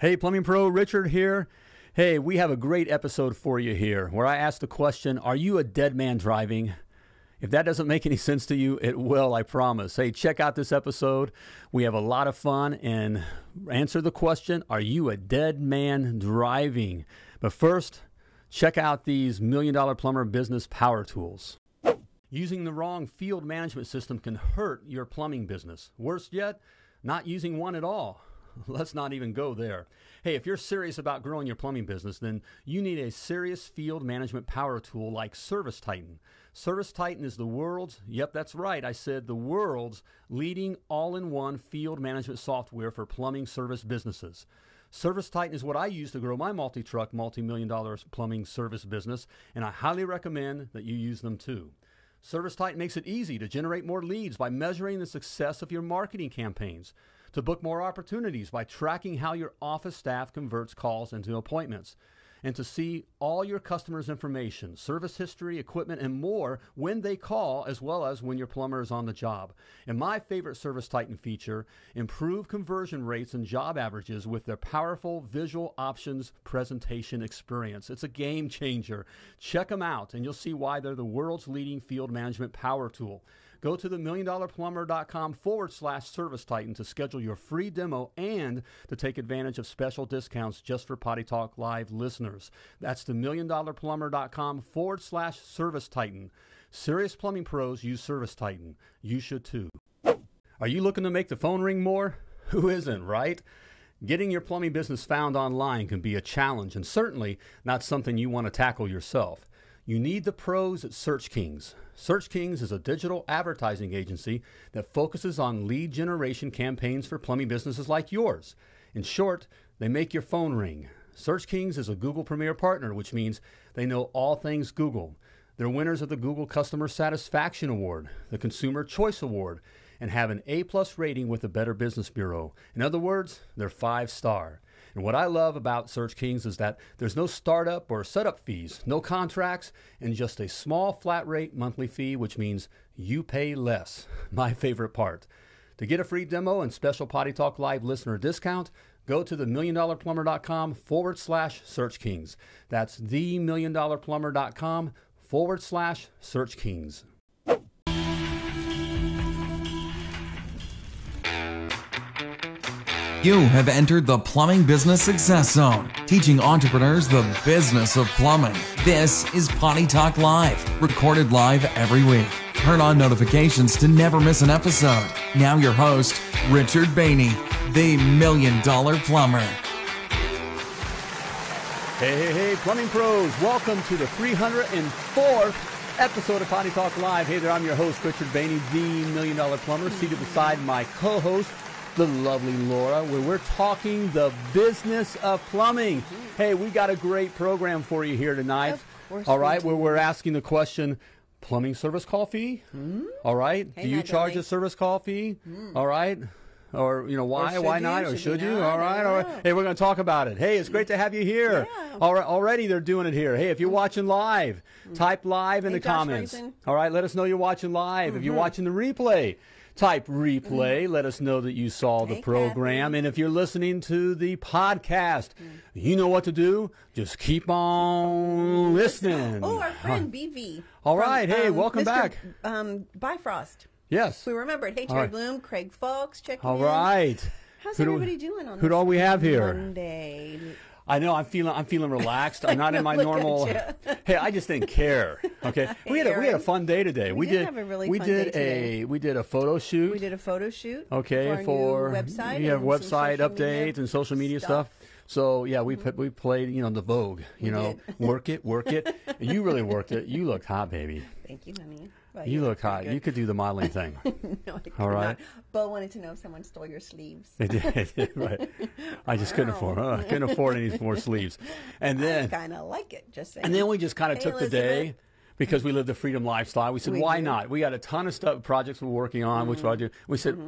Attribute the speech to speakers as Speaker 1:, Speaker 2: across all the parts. Speaker 1: Hey, Plumbing Pro, Richard here. Hey, we have a great episode for you here where I ask the question Are you a dead man driving? If that doesn't make any sense to you, it will, I promise. Hey, check out this episode. We have a lot of fun and answer the question Are you a dead man driving? But first, check out these Million Dollar Plumber Business Power Tools. Using the wrong field management system can hurt your plumbing business. Worse yet, not using one at all. Let's not even go there. Hey, if you're serious about growing your plumbing business, then you need a serious field management power tool like Service Titan. Service Titan is the world's, yep, that's right, I said the world's leading all in one field management software for plumbing service businesses. Service Titan is what I use to grow my multi truck, multi million dollar plumbing service business, and I highly recommend that you use them too. Service Titan makes it easy to generate more leads by measuring the success of your marketing campaigns, to book more opportunities by tracking how your office staff converts calls into appointments, and to see all your customers' information, service history, equipment, and more when they call, as well as when your plumber is on the job. And my favorite Service Titan feature improve conversion rates and job averages with their powerful visual options presentation experience. It's a game changer. Check them out, and you'll see why they're the world's leading field management power tool. Go to the milliondollarplumber.com forward slash service titan to schedule your free demo and to take advantage of special discounts just for Potty Talk Live listeners. That's the milliondollarplumber.com forward slash service titan. Serious plumbing pros use Service Titan. You should too. Are you looking to make the phone ring more? Who isn't, right? Getting your plumbing business found online can be a challenge and certainly not something you want to tackle yourself. You need the pros at Search Kings. Search Kings is a digital advertising agency that focuses on lead generation campaigns for plumbing businesses like yours. In short, they make your phone ring. Search Kings is a Google Premier partner, which means they know all things Google. They're winners of the Google Customer Satisfaction Award, the Consumer Choice Award, and have an A plus rating with the Better Business Bureau. In other words, they're five star. And what I love about Search Kings is that there's no startup or setup fees, no contracts, and just a small flat rate monthly fee, which means you pay less. My favorite part. To get a free demo and special Potty Talk Live listener discount, go to the milliondollarplumber.com forward slash search kings. That's the milliondollarplumber.com forward slash search kings.
Speaker 2: You have entered the Plumbing Business Success Zone, teaching entrepreneurs the business of plumbing. This is Potty Talk Live, recorded live every week. Turn on notifications to never miss an episode. Now, your host, Richard Bainey, the Million Dollar Plumber.
Speaker 1: Hey, hey, hey, plumbing pros, welcome to the 304th episode of Potty Talk Live. Hey there, I'm your host, Richard Bainey, the Million Dollar Plumber, seated beside my co host, the lovely Laura, where we're talking the business of plumbing. Hey, we got a great program for you here tonight.
Speaker 3: Mm-hmm. Of course
Speaker 1: All
Speaker 3: we
Speaker 1: right, where
Speaker 3: do.
Speaker 1: we're asking the question. Plumbing service call fee? All right.
Speaker 3: Hmm? Hey,
Speaker 1: Do you
Speaker 3: not
Speaker 1: charge
Speaker 3: really.
Speaker 1: a service call fee? All right. Or, you know, why?
Speaker 3: should
Speaker 1: Why
Speaker 3: you?
Speaker 1: not? Or
Speaker 3: Should
Speaker 1: should
Speaker 3: you
Speaker 1: you?
Speaker 3: not?
Speaker 1: All
Speaker 3: I
Speaker 1: right.
Speaker 3: don't
Speaker 1: All right.
Speaker 3: know.
Speaker 1: Hey, we're going to talk about it. Hey, it's great to have you here.
Speaker 3: Yeah. Mm-hmm.
Speaker 1: All right, already they're doing it here. Hey, if you're watching live, type live in
Speaker 3: Hey,
Speaker 1: the
Speaker 3: Josh
Speaker 1: comments.
Speaker 3: Franklin.
Speaker 1: All right, let us know you're watching live. If
Speaker 3: Mm-hmm.
Speaker 1: you're watching the replay, type replay. Let us know that you saw the
Speaker 3: Hey,
Speaker 1: program. And if you're listening to the podcast,
Speaker 3: Mm.
Speaker 1: you know what to do. Just keep on listening.
Speaker 3: Oh, our friend BV.
Speaker 1: All right. Hey, welcome
Speaker 3: Mr.
Speaker 1: back.
Speaker 3: Um, Bifrost.
Speaker 1: Yes.
Speaker 3: We remembered. Hey,
Speaker 1: All
Speaker 3: Terry
Speaker 1: right.
Speaker 3: Bloom, Craig Fox, checking
Speaker 1: All
Speaker 3: in.
Speaker 1: right.
Speaker 3: How's
Speaker 1: Who do we-
Speaker 3: everybody doing on
Speaker 1: who do
Speaker 3: this
Speaker 1: we have here?
Speaker 3: Monday.
Speaker 1: I know I'm feeling I'm feeling relaxed. I'm not in my
Speaker 3: Look at
Speaker 1: normal.
Speaker 3: you.
Speaker 1: hey, I just didn't care. Okay, we had a, we had a
Speaker 3: Aaron.
Speaker 1: fun day today. We,
Speaker 3: did have a really
Speaker 1: we
Speaker 3: fun
Speaker 1: did
Speaker 3: day
Speaker 1: a
Speaker 3: today.
Speaker 1: we did a photo shoot.
Speaker 3: We did a photo shoot.
Speaker 1: okay
Speaker 3: for,
Speaker 1: for,
Speaker 3: our new website.
Speaker 1: yeah
Speaker 3: and some
Speaker 1: website
Speaker 3: social
Speaker 1: updates
Speaker 3: media Mm-hmm.
Speaker 1: and social media stuff. So yeah, we put, we played you know the Vogue. You know, work it, work it. And you really worked it. You looked hot, baby.
Speaker 3: Thank you, honey. Well,
Speaker 1: You look
Speaker 3: pretty
Speaker 1: hot.
Speaker 3: good.
Speaker 1: You could do the modeling thing.
Speaker 3: no, I could
Speaker 1: All right.
Speaker 3: Not. Bo wanted to know if someone stole your sleeves.
Speaker 1: They did, right? I just couldn't afford. Uh, I couldn't afford any more sleeves. And then
Speaker 3: Kind of like it. Just saying.
Speaker 1: And then we just kind of
Speaker 3: Hey,
Speaker 1: took the day
Speaker 3: Elizabeth.
Speaker 1: because we live the freedom lifestyle. We said,
Speaker 3: We
Speaker 1: why
Speaker 3: do.
Speaker 1: not? We got a ton of stuff projects we're working on, which I do.
Speaker 3: Mm-hmm.
Speaker 1: We said,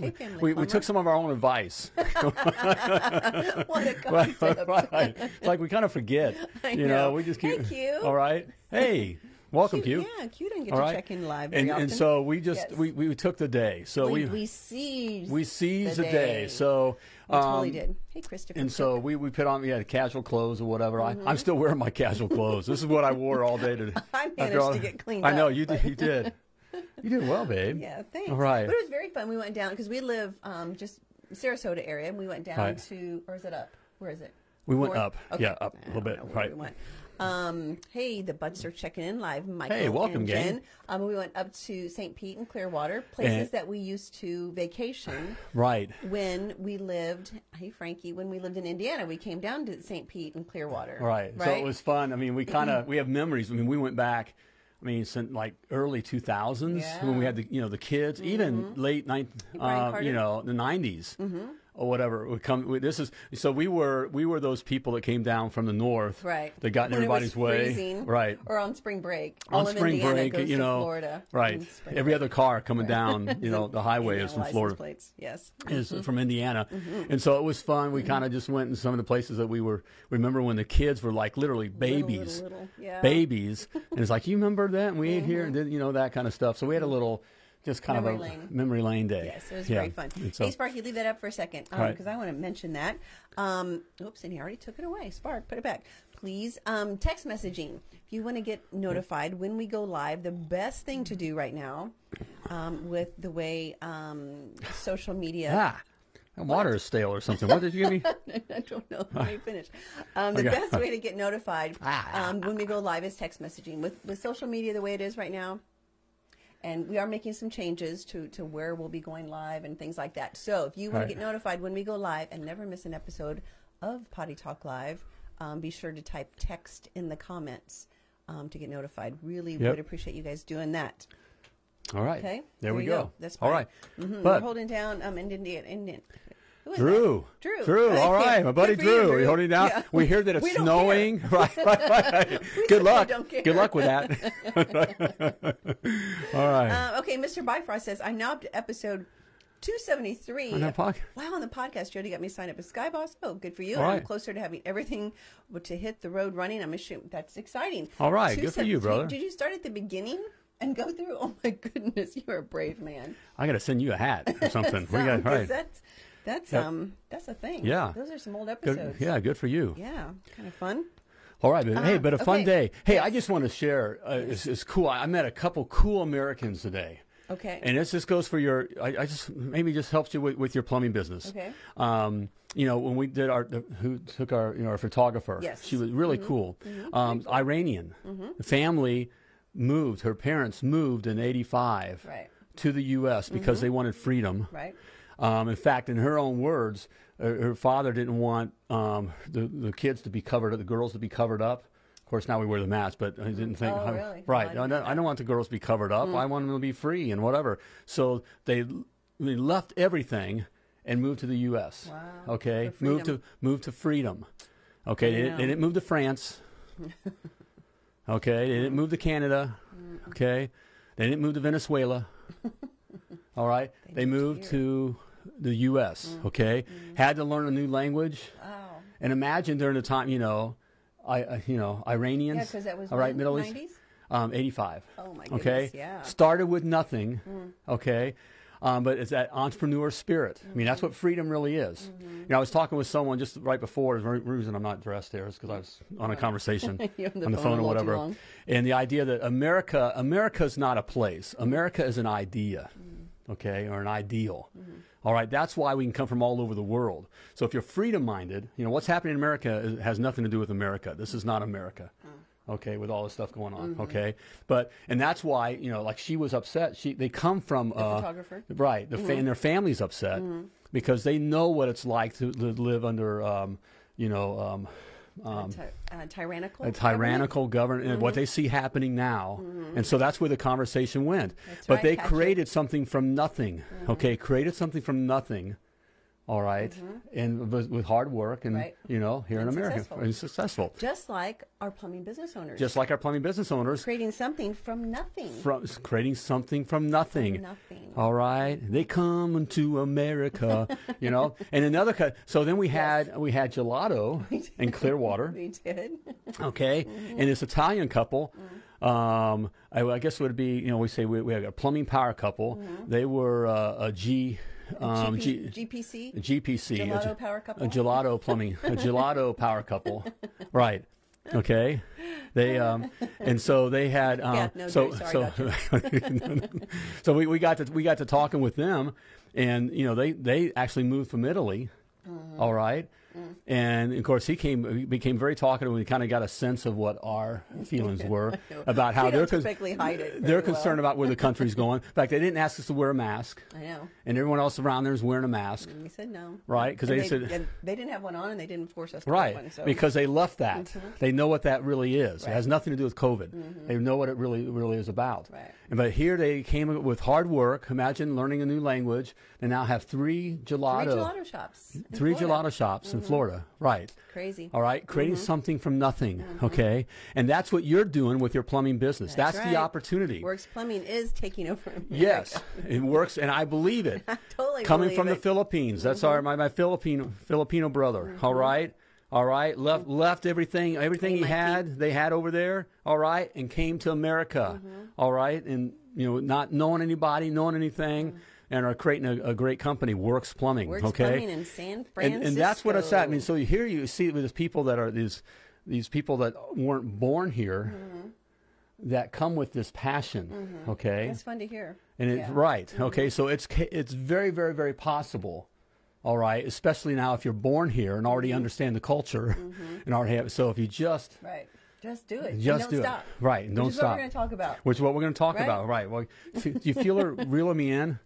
Speaker 3: Hey, family
Speaker 1: we, we took
Speaker 3: plumber.
Speaker 1: some of our own advice.
Speaker 3: what a
Speaker 1: right?
Speaker 3: concept.
Speaker 1: It's like we kind of forget.
Speaker 3: I
Speaker 1: you know.
Speaker 3: know.
Speaker 1: we just
Speaker 3: Hey,
Speaker 1: keep.
Speaker 3: Q.
Speaker 1: All right. Hey, welcome, Q.
Speaker 3: Cute. Yeah, cute. And get
Speaker 1: All
Speaker 3: to
Speaker 1: right.
Speaker 3: check in live. very
Speaker 1: and, and
Speaker 3: often.
Speaker 1: so we just
Speaker 3: Yes.
Speaker 1: we, we took the day. So
Speaker 3: we,
Speaker 1: we
Speaker 3: we seized
Speaker 1: we seized the, day. So um,
Speaker 3: I totally did. Hey, Christopher.
Speaker 1: And so we, we put on yeah casual clothes or whatever. I, I'm still wearing my casual clothes. this is what I wore all day today.
Speaker 3: Mm-hmm. I
Speaker 1: after
Speaker 3: managed to get cleaned
Speaker 1: I know
Speaker 3: up,
Speaker 1: you did. You did. You did well, babe.
Speaker 3: Yeah, thanks.
Speaker 1: All right.
Speaker 3: But it was very fun. We went down because we live um, just Sarasota area, and we went down
Speaker 1: Right.
Speaker 3: to or is it up? Where is it?
Speaker 1: We went
Speaker 3: North?
Speaker 1: up. Yeah, up a
Speaker 3: I
Speaker 1: little
Speaker 3: don't
Speaker 1: bit.
Speaker 3: know where
Speaker 1: Right.
Speaker 3: We went. Um, hey, the Buds are checking in live. Michael
Speaker 1: Hey, welcome,
Speaker 3: and
Speaker 1: gang.
Speaker 3: Jen. Um, we went up to St. Pete and Clearwater, places
Speaker 1: And-
Speaker 3: that we used to vacation
Speaker 1: Right.
Speaker 3: when we lived. Hey, Frankie, when we lived in Indiana, we came down to St. Pete and Clearwater.
Speaker 1: Right. So it was fun. I mean, we kind of we have memories. I mean, we went back. I mean, since like early 2000s when we had the you know the kids, even late ninth,
Speaker 3: Mm-hmm. Brian
Speaker 1: uh, you
Speaker 3: Carter. Mm-hmm.
Speaker 1: know the 90s or whatever. Would come. We, this is so we were we were those people that came down from the north,
Speaker 3: Right.
Speaker 1: That got in
Speaker 3: When it was
Speaker 1: everybody's way,
Speaker 3: freezing,
Speaker 1: right?
Speaker 3: Or on spring break.
Speaker 1: on
Speaker 3: All of
Speaker 1: spring
Speaker 3: Indiana
Speaker 1: break,
Speaker 3: goes
Speaker 1: you
Speaker 3: to
Speaker 1: know,
Speaker 3: Florida.
Speaker 1: right?
Speaker 3: on spring
Speaker 1: Every
Speaker 3: break.
Speaker 1: other car coming down, you know, the highway
Speaker 3: Indiana
Speaker 1: is from
Speaker 3: license Mm-hmm.
Speaker 1: Florida
Speaker 3: Plates. Yes.
Speaker 1: is from Indiana, and so it was fun.
Speaker 3: Mm-hmm.
Speaker 1: We kind of just went in some of the places that we were. Remember when the kids were like literally
Speaker 3: little,
Speaker 1: babies,
Speaker 3: little, yeah. Mm-hmm.
Speaker 1: babies, and it's like you remember that and we ate here and did you know that kind of stuff. So we had a little, just kind of a
Speaker 3: Memory lane.
Speaker 1: memory lane day.
Speaker 3: Yes, it was
Speaker 1: Yeah.
Speaker 3: very fun.
Speaker 1: And so-
Speaker 3: hey, Sparky, leave that up for a second because
Speaker 1: right.
Speaker 3: I want to mention that. Um, oops, and he already took it away. Spark, put it back. Please, um, text messaging. If you want to get notified when we go live, the best thing to do right now um, with the way um, social media.
Speaker 1: ah, that water is stale or something. What did you give me?
Speaker 3: I don't know. Let me finish. Um, the
Speaker 1: Okay.
Speaker 3: best way to get notified
Speaker 1: Ah.
Speaker 3: um, when we go live is text messaging. With with social media the way it is right now, and we are making some changes to to where we'll be going live and things like that. So if you want
Speaker 1: Right.
Speaker 3: to get notified when we go live and never miss an episode of Potty Talk Live, um, be sure to type text in the comments. Um, to get notified, really
Speaker 1: Yep.
Speaker 3: would appreciate you guys doing that.
Speaker 1: All right,
Speaker 3: Okay,
Speaker 1: there, we
Speaker 3: you
Speaker 1: go.
Speaker 3: That's
Speaker 1: all
Speaker 3: fine.
Speaker 1: right.
Speaker 3: Mhm, We're
Speaker 1: But
Speaker 3: holding down um, Indian Indian. Who is that?
Speaker 1: Drew.
Speaker 3: Drew.
Speaker 1: Drew.
Speaker 3: Thank
Speaker 1: All
Speaker 3: you.
Speaker 1: right. My
Speaker 3: Good
Speaker 1: buddy
Speaker 3: for
Speaker 1: Drew.
Speaker 3: You,
Speaker 1: Are you holding it down?
Speaker 3: Yeah.
Speaker 1: We hear that it's
Speaker 3: We don't care.
Speaker 1: snowing. Right, right, right. Good
Speaker 3: we
Speaker 1: luck.
Speaker 3: don't care.
Speaker 1: Good luck with that. All right.
Speaker 3: Um, okay, Mr. Bifrost says, I'm now up to episode 273.
Speaker 1: On that podcast.
Speaker 3: Wow, on the podcast, Jody got me signed up as Sky Boss. Oh, good for you.
Speaker 1: All
Speaker 3: And I'm
Speaker 1: right.
Speaker 3: closer to having everything to hit the road running. I'm assuming that's exciting.
Speaker 1: All right, good for you,
Speaker 3: 273.
Speaker 1: brother.
Speaker 3: Did you start at the beginning and go through? Oh, my goodness, you're a brave man.
Speaker 1: I got to send you a hat or something. we
Speaker 3: Some,
Speaker 1: got
Speaker 3: 'cause
Speaker 1: right.
Speaker 3: That's, that's, um, that's a thing.
Speaker 1: Yeah.
Speaker 3: Those are some old
Speaker 1: Good,
Speaker 3: episodes.
Speaker 1: yeah, good for you.
Speaker 3: Yeah, kind of fun.
Speaker 1: All right, but, hey, but a fun
Speaker 3: Uh, okay.
Speaker 1: day. Hey, I just want to share. Uh, it's, it's cool. I, I met a couple cool Americans today.
Speaker 3: Okay.
Speaker 1: And this just goes for your. I, I just maybe just helps you with, with your plumbing business.
Speaker 3: Okay.
Speaker 1: Um, you know when we did our the, who took our you know our photographer.
Speaker 3: Yes. Mm-hmm.
Speaker 1: She was really cool. Um, Iranian. The family moved. Her parents moved in '85
Speaker 3: Right. Mm-hmm.
Speaker 1: to the U.S. because they wanted freedom.
Speaker 3: Right.
Speaker 1: Um, in fact, in her own words, her, her father didn't want um, the, the kids to be covered, the girls to be covered up. Of course, now we wear the mask, but I didn't think.
Speaker 3: Oh,
Speaker 1: I-
Speaker 3: really?
Speaker 1: Right.
Speaker 3: Oh, I
Speaker 1: I,
Speaker 3: didn't
Speaker 1: don't, I don't want the girls to be covered up.
Speaker 3: Mm.
Speaker 1: I want them to be free and whatever. So they, they left everything and moved to the U.S.
Speaker 3: Wow.
Speaker 1: Okay.
Speaker 3: For
Speaker 1: Moved to
Speaker 3: freedom.
Speaker 1: moved to freedom. Okay. They, didn't- they
Speaker 3: Yeah.
Speaker 1: didn't move to France. okay. They didn't move to Canada.
Speaker 3: Mm.
Speaker 1: Okay. They didn't move to Venezuela. All right. They, moved to the U.S.
Speaker 3: Mm.
Speaker 1: Okay, had to learn a new language,
Speaker 3: Wow.
Speaker 1: and imagine during the time you know, I uh, you know Iranians.
Speaker 3: Yeah, 'cause that was
Speaker 1: all right,
Speaker 3: when?
Speaker 1: Middle East.
Speaker 3: 90s?
Speaker 1: Um, eighty-five.
Speaker 3: Oh, my
Speaker 1: Okay,
Speaker 3: goodness, yeah. Hmm.
Speaker 1: Started with nothing. Okay. Um, but it's that entrepreneur spirit. I mean, that's
Speaker 3: Mm-hmm.
Speaker 1: what freedom really is. You know, I was talking with someone just right before. The re- reason I'm not dressed there is because I was on a conversation
Speaker 3: You're on the phone a
Speaker 1: or
Speaker 3: little too
Speaker 1: whatever
Speaker 3: long.
Speaker 1: and the idea that America America's not a place. America is an idea, okay, or an ideal. All right, that's why we can come from all over the world. So if you're freedom minded, you know what's happening in America is, has nothing to do with America. This is not America. Okay, with all this stuff going on. Okay, but and that's why you know, like she was upset. She they come from the
Speaker 3: photographer?
Speaker 1: right? The fa- and their family's upset because they know what it's like to, to live under, um, you know, um, um,
Speaker 3: Ty- uh, tyrannical.
Speaker 1: a
Speaker 3: government?
Speaker 1: tyrannical government, and
Speaker 3: Mm-hmm.
Speaker 1: what they see happening now. And so that's where the conversation went. but
Speaker 3: right, Mm-hmm.
Speaker 1: they
Speaker 3: Patrick.
Speaker 1: created something from nothing, okay? Created something from nothing, all right? And with, with hard work and,
Speaker 3: Mm-hmm. Right.
Speaker 1: you know, here in
Speaker 3: And
Speaker 1: America,
Speaker 3: successful.
Speaker 1: and successful.
Speaker 3: Just like our plumbing business owners.
Speaker 1: Just like our plumbing business owners,
Speaker 3: creating something from nothing.
Speaker 1: from, creating something from nothing.
Speaker 3: nothing.
Speaker 1: All right, they come into America, you know. And another, co- so then we had we had gelato in Clearwater.
Speaker 3: we did.
Speaker 1: Okay, and this Italian couple, um, I, I guess would be you know we say we, we have a plumbing power couple. They were uh, a G Um,
Speaker 3: GP,
Speaker 1: G-
Speaker 3: GPC.
Speaker 1: GPC. a
Speaker 3: Gelato
Speaker 1: ge-
Speaker 3: power couple?
Speaker 1: A gelato plumbing. a gelato power couple. Right. Okay. They um and so they had um
Speaker 3: Yeah, no,
Speaker 1: so
Speaker 3: Jerry, sorry,
Speaker 1: so so we, we got to we got to talking with them and you know they they actually moved from Italy.
Speaker 3: Mm-hmm.
Speaker 1: All right.
Speaker 3: Mm.
Speaker 1: And of course he came he became very talkative and we kind of got a sense of what our feelings were about how
Speaker 3: We
Speaker 1: they're
Speaker 3: don't
Speaker 1: con-
Speaker 3: typically hide it.
Speaker 1: they're
Speaker 3: very well.
Speaker 1: concerned about where the country's going. In fact, they didn't ask us to wear a mask
Speaker 3: I know.
Speaker 1: and everyone else around there is wearing a mask.
Speaker 3: And we said no.
Speaker 1: Right, 'cause
Speaker 3: And
Speaker 1: they said-
Speaker 3: and they didn't have one on, and they didn't force us to
Speaker 1: Right,
Speaker 3: Have one, so. Mm-hmm.
Speaker 1: because they left that. They know what that really is. It
Speaker 3: Right. Mm-hmm.
Speaker 1: has nothing to do with COVID. They know what it really really is about.
Speaker 3: Right.
Speaker 1: And but here they came with hard work. Imagine learning a new language. They now have three
Speaker 3: three
Speaker 1: gelato,
Speaker 3: gelato shops. in
Speaker 1: three
Speaker 3: Florida. Mm-hmm.
Speaker 1: gelato shops in Florida. Right.
Speaker 3: Crazy.
Speaker 1: All right, creating something from nothing.
Speaker 3: Mm-hmm.
Speaker 1: Okay, and that's what you're doing with your plumbing business. That's,
Speaker 3: right.
Speaker 1: the opportunity.
Speaker 3: Works Plumbing is taking over. America.
Speaker 1: Yes, it works, and I believe it.
Speaker 3: totally
Speaker 1: Coming
Speaker 3: believe
Speaker 1: from the
Speaker 3: it.
Speaker 1: Philippines, that's our my, my Filipino Filipino brother.
Speaker 3: Mm-hmm.
Speaker 1: all right, all right. Left left everything everything
Speaker 3: Hey,
Speaker 1: he
Speaker 3: Mikey.
Speaker 1: had they had over there. All right, and came to America.
Speaker 3: Mm-hmm.
Speaker 1: all right, and you know not knowing anybody, knowing anything, and are creating a, a great company. Works Plumbing.
Speaker 3: Mm-hmm. Works
Speaker 1: okay,
Speaker 3: Plumbing in San Francisco.
Speaker 1: and, and that's what it's at. I mean, so you here you see with these people that are these these people that weren't born here.
Speaker 3: Mm-hmm.
Speaker 1: That come with this passion, okay?
Speaker 3: That's fun to hear.
Speaker 1: And it's
Speaker 3: Yeah. Mm-hmm.
Speaker 1: right. Okay, so it's ca- it's very very very possible. All right, especially now if you're born here and
Speaker 3: Mm-hmm.
Speaker 1: already understand the culture and already have so if you just
Speaker 3: Right. Just do it.
Speaker 1: just
Speaker 3: and
Speaker 1: do
Speaker 3: don't stop.
Speaker 1: it. Right, and
Speaker 3: Which
Speaker 1: don't
Speaker 3: is
Speaker 1: stop.
Speaker 3: What we're going to talk about.
Speaker 1: Which is what we're going to talk
Speaker 3: Right?
Speaker 1: about. Right. Well, see, do you feel her reeling me in?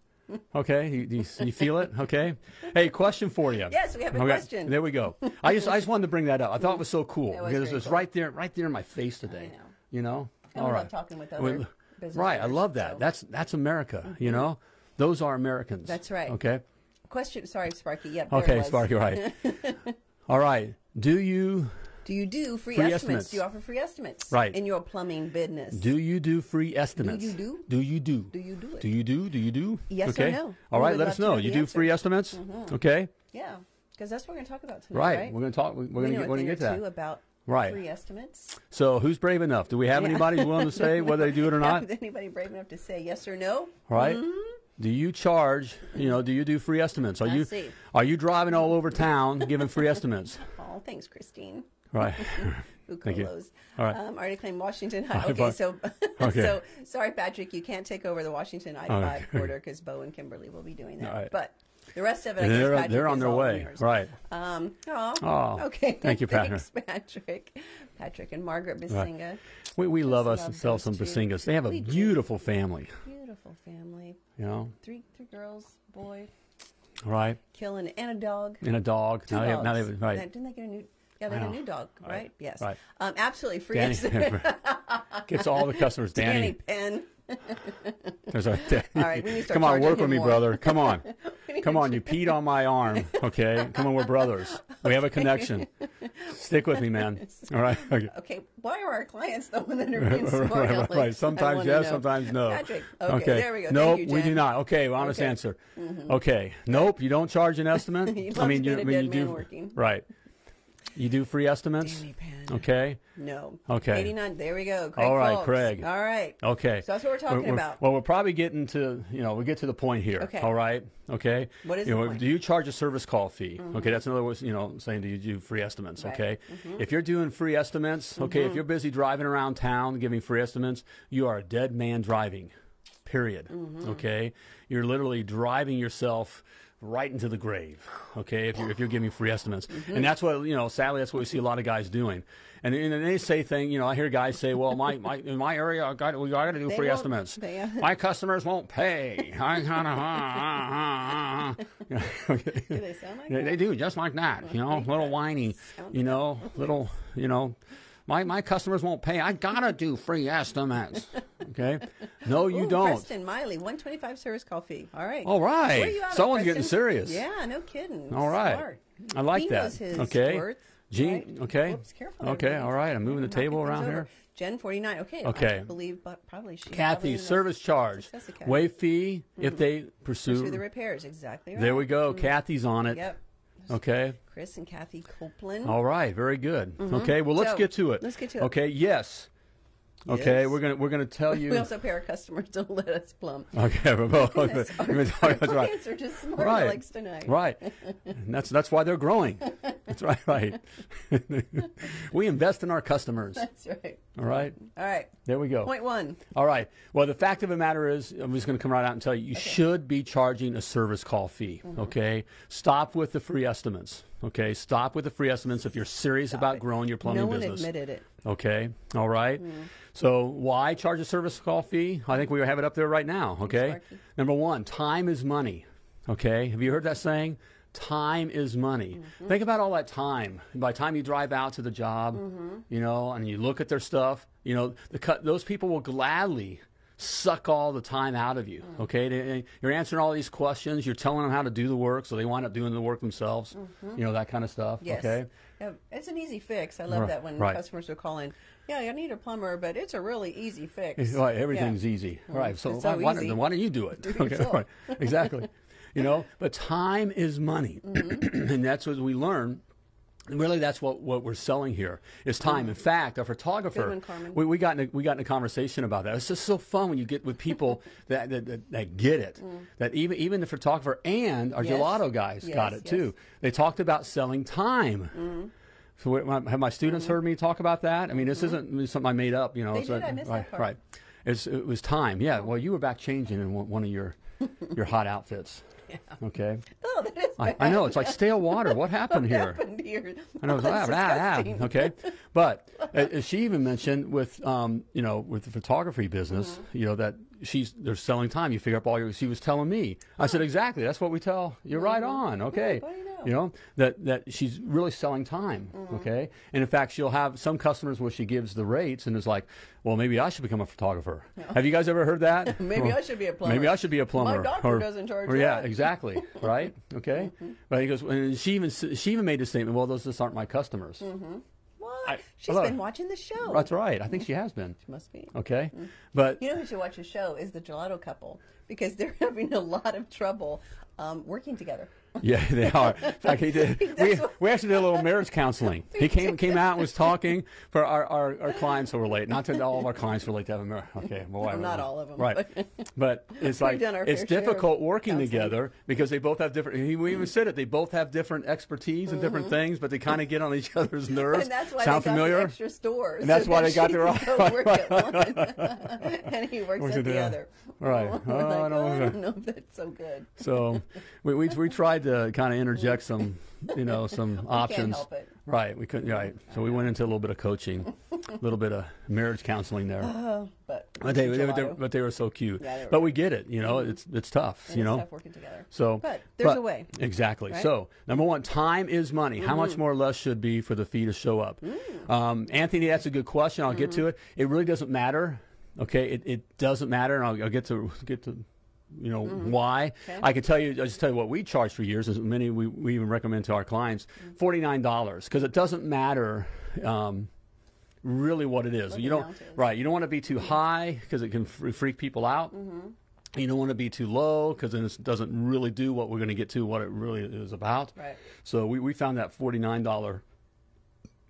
Speaker 1: Okay, you, you, you feel it? Okay. Hey, question for you.
Speaker 3: Yes, we have a question.
Speaker 1: There we go. I just I just wanted to bring that up. I thought it was so cool
Speaker 3: was
Speaker 1: because
Speaker 3: very
Speaker 1: it's
Speaker 3: cool.
Speaker 1: right there right there in my face today.
Speaker 3: know.
Speaker 1: You know.
Speaker 3: I love talking with other
Speaker 1: Well,
Speaker 3: business
Speaker 1: Right. I
Speaker 3: owners,
Speaker 1: love that.
Speaker 3: so- Mm-hmm.
Speaker 1: That's that's America. You know, those are Americans.
Speaker 3: That's right.
Speaker 1: Okay.
Speaker 3: Question. Sorry, Sparky. Yep. there it
Speaker 1: Okay,
Speaker 3: was.
Speaker 1: Sparky. Right. All right. Do you
Speaker 3: Do you do free,
Speaker 1: Free
Speaker 3: estimates?
Speaker 1: estimates.
Speaker 3: Do you offer free estimates?
Speaker 1: Right.
Speaker 3: In your plumbing business.
Speaker 1: do you do free estimates?
Speaker 3: do?
Speaker 1: Do you do?
Speaker 3: Do you do it?
Speaker 1: Do you do? Do you do?
Speaker 3: Yes or
Speaker 1: okay.
Speaker 3: no?
Speaker 1: All
Speaker 3: We
Speaker 1: right, let
Speaker 3: would love
Speaker 1: us
Speaker 3: to know
Speaker 1: know.
Speaker 3: the
Speaker 1: You do free estimates? Okay.
Speaker 3: yeah. Because that's what we're going to talk about tonight.
Speaker 1: Right.
Speaker 3: Right.
Speaker 1: We're going to talk. We're going to get,
Speaker 3: we know
Speaker 1: we're
Speaker 3: a
Speaker 1: gonna
Speaker 3: thing or
Speaker 1: get to
Speaker 3: two
Speaker 1: that.
Speaker 3: about
Speaker 1: Right.
Speaker 3: free estimates.
Speaker 1: So, who's brave enough? Do we have anybody willing to say whether they do it or not?
Speaker 3: Is anybody brave enough to say yes or no?
Speaker 1: Right?
Speaker 3: Mm-hmm.
Speaker 1: Do you charge? You know, do you do free estimates? Are
Speaker 3: I
Speaker 1: you
Speaker 3: see.
Speaker 1: are you driving all over town giving free estimates?
Speaker 3: Oh, thanks, Christine.
Speaker 1: Right.
Speaker 3: Thank
Speaker 1: Thank you.
Speaker 3: Ucolos.
Speaker 1: All right.
Speaker 3: Um, already claimed Washington High.
Speaker 1: right,
Speaker 3: Okay,
Speaker 1: but-
Speaker 3: so
Speaker 1: okay.
Speaker 3: so sorry, Patrick, you can't take over the Washington I
Speaker 1: All
Speaker 3: five
Speaker 1: right.
Speaker 3: quarter because Bo and Kimberly will be doing that.
Speaker 1: All right.
Speaker 3: But the rest of it, I guess
Speaker 1: they're
Speaker 3: Patrick
Speaker 1: they're on
Speaker 3: is
Speaker 1: their
Speaker 3: all
Speaker 1: way.
Speaker 3: yours.
Speaker 1: Right.
Speaker 3: Um, aw.
Speaker 1: Aw.
Speaker 3: Okay.
Speaker 1: Thank you, Patrick.
Speaker 3: Thanks, Patrick. Patrick and Margaret Basinga.
Speaker 1: We we love
Speaker 3: love
Speaker 1: us ourselves some
Speaker 3: those two.
Speaker 1: Basingas. They have a
Speaker 3: We do.
Speaker 1: beautiful family.
Speaker 3: Beautiful family.
Speaker 1: You know.
Speaker 3: Three three girls, boy,
Speaker 1: Right.
Speaker 3: killing, and a dog.
Speaker 1: And a dog.
Speaker 3: Two
Speaker 1: now they have, now they
Speaker 3: dogs.
Speaker 1: have, right.
Speaker 3: Didn't they get a new? Yeah, they
Speaker 1: I
Speaker 3: had a
Speaker 1: know.
Speaker 3: new dog, right?
Speaker 1: Right.
Speaker 3: Yes.
Speaker 1: Right.
Speaker 3: Um, absolutely free.
Speaker 1: Danny gets all the customers.
Speaker 3: Danny
Speaker 1: Danny,
Speaker 3: Penn.
Speaker 1: there's our Danny.
Speaker 3: All right, we need to start
Speaker 1: Come on,
Speaker 3: charging
Speaker 1: work
Speaker 3: him
Speaker 1: with me,
Speaker 3: more.
Speaker 1: brother. Come on,
Speaker 3: need
Speaker 1: come
Speaker 3: to
Speaker 1: on. You peed on my arm. Okay, come on. We're brothers. We have a connection. Stick with me, man. All right. Okay.
Speaker 3: Okay, why are our clients the one that are being
Speaker 1: right,
Speaker 3: smart
Speaker 1: right,
Speaker 3: aleck?
Speaker 1: right.
Speaker 3: I
Speaker 1: Sometimes
Speaker 3: wanna
Speaker 1: yes,
Speaker 3: know.
Speaker 1: sometimes no.
Speaker 3: Patrick. Okay, there we go.
Speaker 1: Nope,
Speaker 3: Thank you,
Speaker 1: we
Speaker 3: Jen.
Speaker 1: do not. Okay, well, honest
Speaker 3: Okay.
Speaker 1: answer. Okay, nope. You don't charge an estimate.
Speaker 3: You'd
Speaker 1: I
Speaker 3: love
Speaker 1: mean,
Speaker 3: to
Speaker 1: you,
Speaker 3: get
Speaker 1: I
Speaker 3: a
Speaker 1: mean,
Speaker 3: dead
Speaker 1: you
Speaker 3: man
Speaker 1: do
Speaker 3: working.
Speaker 1: right. You do free estimates.
Speaker 3: Danny Penn.
Speaker 1: Okay.
Speaker 3: No.
Speaker 1: Okay.
Speaker 3: 89. There we go. Craig
Speaker 1: All right,
Speaker 3: Forbes.
Speaker 1: Craig.
Speaker 3: All right.
Speaker 1: Okay.
Speaker 3: So that's what we're talking about.
Speaker 1: Well, we're probably getting to, you know, we get to the point here.
Speaker 3: Okay.
Speaker 1: All right. Okay.
Speaker 3: What is
Speaker 1: you
Speaker 3: the
Speaker 1: know,
Speaker 3: point?
Speaker 1: Do you charge a service call fee? Okay. That's another way, you know, saying do you do free estimates?
Speaker 3: Mm-hmm. Right. Mm-hmm.
Speaker 1: Okay. If you're doing free estimates, okay, if you're busy driving around town giving free estimates, you are a dead man driving, period.
Speaker 3: Mm-hmm.
Speaker 1: Okay. You're literally driving yourself right into the grave okay if you're, if you're giving free estimates
Speaker 3: Mm-hmm.
Speaker 1: and that's what you know sadly that's what we see a lot of guys doing and, and they say thing you know i hear guys say well my, my in my area i got we got to do
Speaker 3: They
Speaker 1: free
Speaker 3: won't-
Speaker 1: estimates
Speaker 3: they- yeah.
Speaker 1: my customers won't pay. I kinda,
Speaker 3: Do they sound like
Speaker 1: they,
Speaker 3: that?
Speaker 1: they do just like that, you know, little whiny, you know, little, you know, my my customers won't pay. I gotta do free estimates, okay? No, you
Speaker 3: Ooh,
Speaker 1: don't.
Speaker 3: Preston Miley, 125 service call fee. All right.
Speaker 1: All right.
Speaker 3: Where you at,
Speaker 1: Someone's
Speaker 3: Preston?
Speaker 1: getting serious.
Speaker 3: Yeah, no kidding.
Speaker 1: All right,
Speaker 3: Smart.
Speaker 1: I like
Speaker 3: he
Speaker 1: that.
Speaker 3: Knows his
Speaker 1: Okay.
Speaker 3: worth,
Speaker 1: Gene-
Speaker 3: right?
Speaker 1: okay.
Speaker 3: Whoops, careful.
Speaker 1: Okay,
Speaker 3: everybody.
Speaker 1: all right, I'm moving the
Speaker 3: Knocking
Speaker 1: table
Speaker 3: things
Speaker 1: around
Speaker 3: over.
Speaker 1: here.
Speaker 3: Gen 49. Okay.
Speaker 1: Okay.
Speaker 3: I believe, but probably she. probably
Speaker 1: Kathy,
Speaker 3: knows
Speaker 1: service charge,
Speaker 3: Success Academy.
Speaker 1: waive fee if they pursue.
Speaker 3: Pursue Mm-hmm. the repairs. Exactly. Right. Mm-hmm.
Speaker 1: there we go. Kathy's on it.
Speaker 3: Yep. Mm-hmm.
Speaker 1: Okay.
Speaker 3: Chris and Kathy Copeland.
Speaker 1: All right, very good. Okay, well, let's
Speaker 3: Mm-hmm. So,
Speaker 1: get to it.
Speaker 3: let's get to it.
Speaker 1: Okay, yes, Okay,
Speaker 3: Yes.
Speaker 1: we're gonna we're gonna tell you.
Speaker 3: We also pay our customers don't let us plumb.
Speaker 1: Okay, we're both.
Speaker 3: Goodness, our,
Speaker 1: we're
Speaker 3: our
Speaker 1: talking- that's right.
Speaker 3: clients are just smart Alex tonight.
Speaker 1: Right. And that's that's why they're growing. That's right, right. we invest in our customers.
Speaker 3: That's right.
Speaker 1: All right.
Speaker 3: All right.
Speaker 1: There we go.
Speaker 3: Point one.
Speaker 1: All right. Well, the fact of the matter is, I'm just going to come right out and tell you, you should be charging a service call fee.
Speaker 3: Mm-hmm.
Speaker 1: Okay. Stop with the free estimates. Okay. Stop with the free estimates if you're serious about
Speaker 3: it.
Speaker 1: growing your plumbing
Speaker 3: no one
Speaker 1: business.
Speaker 3: admitted it.
Speaker 1: Okay. All right. So, why charge a service call fee? I think we have it up there right now. Okay.
Speaker 3: Sparky.
Speaker 1: Number one, time is money. Okay. Have you heard that saying? Time is money. Think about all that time. By the time you drive out to the job, you know, and you look at their stuff, you know, the cut, those people will gladly suck all the time out of you. Okay. They- they- You're answering all these questions. You're telling them how to do the work. So they wind up doing the work themselves, you know, that kind of stuff.
Speaker 3: Yes.
Speaker 1: Okay.
Speaker 3: Yeah, it's an easy fix. I love
Speaker 1: Right,
Speaker 3: that when
Speaker 1: right.
Speaker 3: customers will call in. Yeah, I need a plumber, but it's a really easy fix.
Speaker 1: Right, everything's
Speaker 3: Yeah.
Speaker 1: easy. Right, so,
Speaker 3: it's so
Speaker 1: why, why don't-
Speaker 3: easy.
Speaker 1: then why don't you do it?
Speaker 3: it yourself.
Speaker 1: right, exactly. you know, but time is money,
Speaker 3: Mm-hmm.
Speaker 1: and that's what we learn. And really, that's what, what we're selling here is time. In fact, a photographer,
Speaker 3: Good one, Mm-hmm. Carmen.
Speaker 1: we, we got in a, we got in a conversation about that. It's just so fun when you get with people that, that, that, that get it. That even even the photographer and our
Speaker 3: Mm. Yes.
Speaker 1: gelato guys got
Speaker 3: Yes, Mm.
Speaker 1: it too. They talked about selling time. So what- my- have my students heard me talk about that? I mean, this isn't something I made up. You know,
Speaker 3: Uh-huh. They
Speaker 1: it's
Speaker 3: did.
Speaker 1: a-
Speaker 3: I missed that
Speaker 1: right,
Speaker 3: part.
Speaker 1: right. It's, it was time. Yeah. Well, you were back changing in one one of your your hot outfits. Okay.
Speaker 3: Oh, that is
Speaker 1: I,
Speaker 3: bad.
Speaker 1: I know it's like stale water. What happened here?
Speaker 3: happened here.
Speaker 1: I know. it's
Speaker 3: That's
Speaker 1: ah, ah, ah,
Speaker 3: disgusting.
Speaker 1: okay. But uh, uh, she even mentioned with um, you know with the photography business,
Speaker 3: Mm-hmm.
Speaker 1: you know that she's they're selling time. You figure up all your. She was telling me. I said exactly. That's what we tell. You're right
Speaker 3: Mm-hmm.
Speaker 1: on. Okay.
Speaker 3: what do you know?
Speaker 1: You know that that she's really selling time.
Speaker 3: Mm-hmm.
Speaker 1: Okay. And in fact, she'll have some customers where she gives the rates and is like, well, maybe I should become a photographer. Have you guys ever heard that?
Speaker 3: Maybe
Speaker 1: Well,
Speaker 3: I should be a plumber.
Speaker 1: Maybe I should be a
Speaker 3: My
Speaker 1: plumber.
Speaker 3: doctor doesn't charge
Speaker 1: or, Yeah.
Speaker 3: that.
Speaker 1: Exactly. Right. Okay. But he goes, and she even s- she even made a statement. Well, those just aren't my customers.
Speaker 3: Mm-hmm. What?
Speaker 1: I-
Speaker 3: She's
Speaker 1: hello.
Speaker 3: been watching the show.
Speaker 1: That's right. I think she has been.
Speaker 3: Must be.
Speaker 1: Okay, but
Speaker 3: You know who should watch the show is the gelato couple because they're having a lot of trouble um, working together.
Speaker 1: yeah, they are. In fact, he did. We,
Speaker 3: That's what-
Speaker 1: we actually did a little marriage counseling. He came came out and was talking for our, our, our clients who were late. Not that all of our clients were late to have a marriage. Okay, well, I-
Speaker 3: not all of 'em,
Speaker 1: Right,
Speaker 3: but-
Speaker 1: but it's like
Speaker 3: done our
Speaker 1: it's
Speaker 3: fair share of
Speaker 1: difficult working
Speaker 3: counseling.
Speaker 1: together because they both have different. He, we even said it. They both have different expertise and different things, but they kind of get on each other's nerves.
Speaker 3: Mm-hmm. And that's why
Speaker 1: Sound
Speaker 3: they
Speaker 1: familiar?
Speaker 3: got the extra stores.
Speaker 1: And that's why they got
Speaker 3: she
Speaker 1: their
Speaker 3: can
Speaker 1: own-
Speaker 3: go work at one, and he works
Speaker 1: Works
Speaker 3: at
Speaker 1: at
Speaker 3: the
Speaker 1: the-
Speaker 3: other.
Speaker 1: right.
Speaker 3: Like,
Speaker 1: Oh, I
Speaker 3: I
Speaker 1: know.
Speaker 3: don't know if that's so good.
Speaker 1: So we, we, we tried to kind of interject some, you know, some options.
Speaker 3: help it.
Speaker 1: Right. We couldn't. Right. So we went into a little bit of coaching, a little bit of marriage counseling there.
Speaker 3: But,
Speaker 1: But they, they, they,
Speaker 3: gelato,
Speaker 1: but they were so cute.
Speaker 3: Yeah, they were
Speaker 1: but we get it. You know, it's it's tough.
Speaker 3: and
Speaker 1: you
Speaker 3: it's
Speaker 1: know.
Speaker 3: tough working together.
Speaker 1: So,
Speaker 3: but there's a way.
Speaker 1: Exactly.
Speaker 3: Right? Mm-hmm.
Speaker 1: So, number one, time is money. How much more or less should be for the fee to show up?
Speaker 3: Mm.
Speaker 1: Um, Anthony, that's a good question. I'll get to
Speaker 3: Mm-hmm.
Speaker 1: it. It really doesn't matter. Okay, it, it doesn't matter, and I'll, I'll get to get to you know
Speaker 3: Mm-hmm.
Speaker 1: why. I can tell you. I will just tell you what we charge for years. As many we, we even recommend to our clients,
Speaker 3: Mm-hmm.
Speaker 1: forty nine dollars, because it doesn't matter. Um, really what it is. you
Speaker 3: the
Speaker 1: don't
Speaker 3: amount is. Mm-hmm.
Speaker 1: right. You don't want to be too high because it can fr- freak people out. You don't want to be too low because then it doesn't really do what we're going to get to what it really is about.
Speaker 3: Right.
Speaker 1: So we, we found that forty nine dollar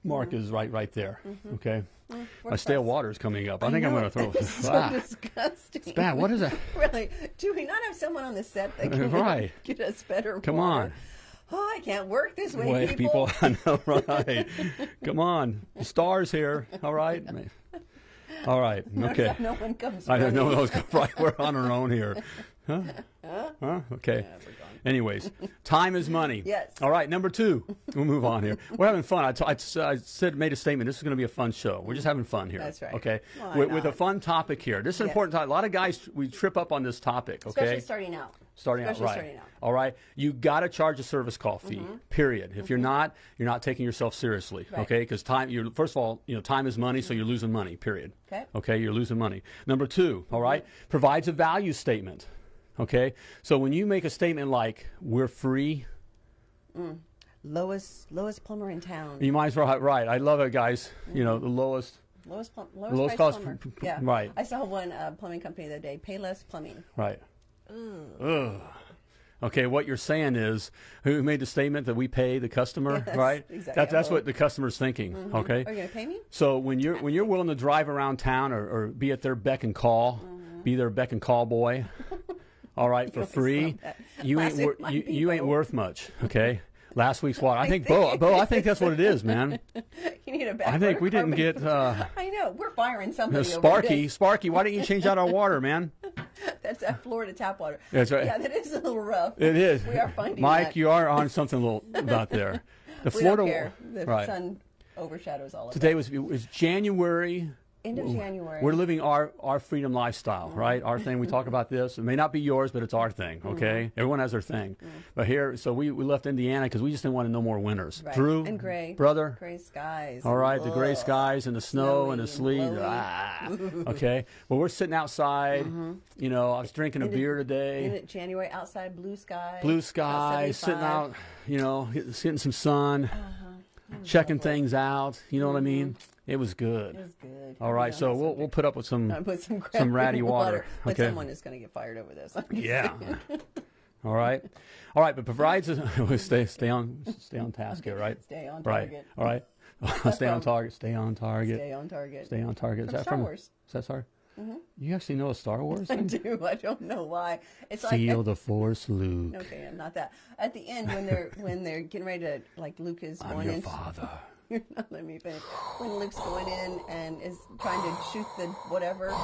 Speaker 1: mark is right right there. Okay. My
Speaker 3: Mm-hmm. Mm, works
Speaker 1: stale
Speaker 3: for us.
Speaker 1: water is coming up. I, think I'm going to throw.
Speaker 3: It's so
Speaker 1: Ah,
Speaker 3: disgusting.
Speaker 1: bad. What is that?
Speaker 3: really? Do we not have someone on the set that can
Speaker 1: Right.
Speaker 3: get us better?
Speaker 1: Come
Speaker 3: water?
Speaker 1: on.
Speaker 3: Oh, I can't work this way,
Speaker 1: Way
Speaker 3: people.
Speaker 1: people, I know, right? Come on, stars here. All right, all right. Okay.
Speaker 3: No one comes.
Speaker 1: I don't know
Speaker 3: running.
Speaker 1: those. Right, we're on our own here. Huh? Huh? Okay. Anyways, time is money.
Speaker 3: Yes.
Speaker 1: All right, number two. We'll move on here. We're having fun. I, t- I s- I said, made a statement. This is going to be a fun show. We're just having fun here.
Speaker 3: That's right.
Speaker 1: Okay.
Speaker 3: Why
Speaker 1: With, with a
Speaker 3: not?
Speaker 1: fun topic here. This is an
Speaker 3: Yes.
Speaker 1: important topic. A lot of guys we trip up on this topic. Okay.
Speaker 3: Especially starting out.
Speaker 1: Starting out,
Speaker 3: Especially
Speaker 1: right?
Speaker 3: Starting out. Mm-hmm.
Speaker 1: All right, you got to charge a service call fee. Period. If you're not, you're not taking yourself seriously.
Speaker 3: Right.
Speaker 1: Okay, because time. You're first of all, you know, time is money, so you're losing money. Period.
Speaker 3: Okay. Mm-hmm.
Speaker 1: Okay, you're losing money. Number two, all right, provides a value statement. Okay, so when you make a statement like "We're free,"
Speaker 3: Lowest, lowest plumber in town.
Speaker 1: you might as well have, right. I love it, guys. You know, the
Speaker 3: Mm-hmm.
Speaker 1: lowest.
Speaker 3: Lowest, plum, lowest,
Speaker 1: Lowest
Speaker 3: lowest
Speaker 1: cost
Speaker 3: plumber.
Speaker 1: p- p-
Speaker 3: yeah.
Speaker 1: right.
Speaker 3: I saw one uh, plumbing company the other day. Payless Plumbing.
Speaker 1: Right. Ugh. Okay, what you're saying is who made the statement that we pay the customer,
Speaker 3: Yes,
Speaker 1: right?
Speaker 3: exactly. Uh-huh. Mm-hmm.
Speaker 1: That, that's what the customer's thinking. Okay.
Speaker 3: Are you gonna pay me?
Speaker 1: So when you're when you're willing to drive around town or, or be at their beck and call,
Speaker 3: Mm-hmm.
Speaker 1: be their beck and call boy, all right for
Speaker 3: always
Speaker 1: free,
Speaker 3: love that.
Speaker 1: you ain't
Speaker 3: Last
Speaker 1: wor-
Speaker 3: week, my
Speaker 1: you, you ain't
Speaker 3: people-
Speaker 1: worth much. Okay. Last week's water. I think Bo Bo. I think that's what it is, man.
Speaker 3: You need a back.
Speaker 1: I think
Speaker 3: order
Speaker 1: we didn't get
Speaker 3: carbon.
Speaker 1: uh,
Speaker 3: I know we're firing somebody. over
Speaker 1: Sparky. Sparky, why didn't you change out our water, man?
Speaker 3: this. That's that Florida tap water.
Speaker 1: That's right.
Speaker 3: Yeah, that is a little rough.
Speaker 1: It is.
Speaker 3: We are finding
Speaker 1: Mike,
Speaker 3: that.
Speaker 1: you are on something a little about there. The
Speaker 3: We
Speaker 1: Florida
Speaker 3: don't care. The
Speaker 1: right.
Speaker 3: sun overshadows all of it.
Speaker 1: Today was it was January.
Speaker 3: End of January.
Speaker 1: We're living our our freedom lifestyle,
Speaker 3: Mm-hmm.
Speaker 1: right? Our thing. We talk about this. It may not be yours, but it's our thing. Okay. Everyone has their thing.
Speaker 3: Mm-hmm.
Speaker 1: But here, so we, we left Indiana because we just didn't want no more winters.
Speaker 3: Right.
Speaker 1: Drew
Speaker 3: and gray
Speaker 1: brother.
Speaker 3: gray skies.
Speaker 1: All right, the gray
Speaker 3: Ugh.
Speaker 1: skies and the snow and the
Speaker 3: Snowy
Speaker 1: sleet.
Speaker 3: and
Speaker 1: Ah, okay. Well, we're sitting outside.
Speaker 3: Mm-hmm.
Speaker 1: You know, I was drinking a beer
Speaker 3: End
Speaker 1: today.
Speaker 3: of January outside blue skies.
Speaker 1: Blue
Speaker 3: about
Speaker 1: skies, sitting
Speaker 3: 75.
Speaker 1: out. You know, getting getting some sun,
Speaker 3: Uh-huh.
Speaker 1: checking things out. You know what I mean? It was good.
Speaker 3: It's good.
Speaker 1: All right,
Speaker 3: Mm-hmm. Yeah,
Speaker 1: so
Speaker 3: that's
Speaker 1: we'll, we'll put up with some
Speaker 3: I put some crap
Speaker 1: some ratty
Speaker 3: in
Speaker 1: water.
Speaker 3: But
Speaker 1: Okay.
Speaker 3: someone is going to get fired over this.
Speaker 1: Yeah. All right. All right, but provides us stay stay on stay on task here, right?
Speaker 3: Stay on
Speaker 1: Right.
Speaker 3: target.
Speaker 1: All right. stay on target. Stay on target.
Speaker 3: Stay on target.
Speaker 1: Stay on target. Is
Speaker 3: From
Speaker 1: that
Speaker 3: Star
Speaker 1: from
Speaker 3: Wars. Mm-hmm.
Speaker 1: Is that Star? You actually know a Star Wars?
Speaker 3: I
Speaker 1: thing?
Speaker 3: do. I don't know why. It's like
Speaker 1: Feel the force, Luke.
Speaker 3: okay, I'm not that. At the end, when they're when they're getting ready to like Luke is
Speaker 1: I'm
Speaker 3: going
Speaker 1: your
Speaker 3: in.
Speaker 1: father.
Speaker 3: You're not letting me finish. When Luke's going in and is trying to shoot the whatever,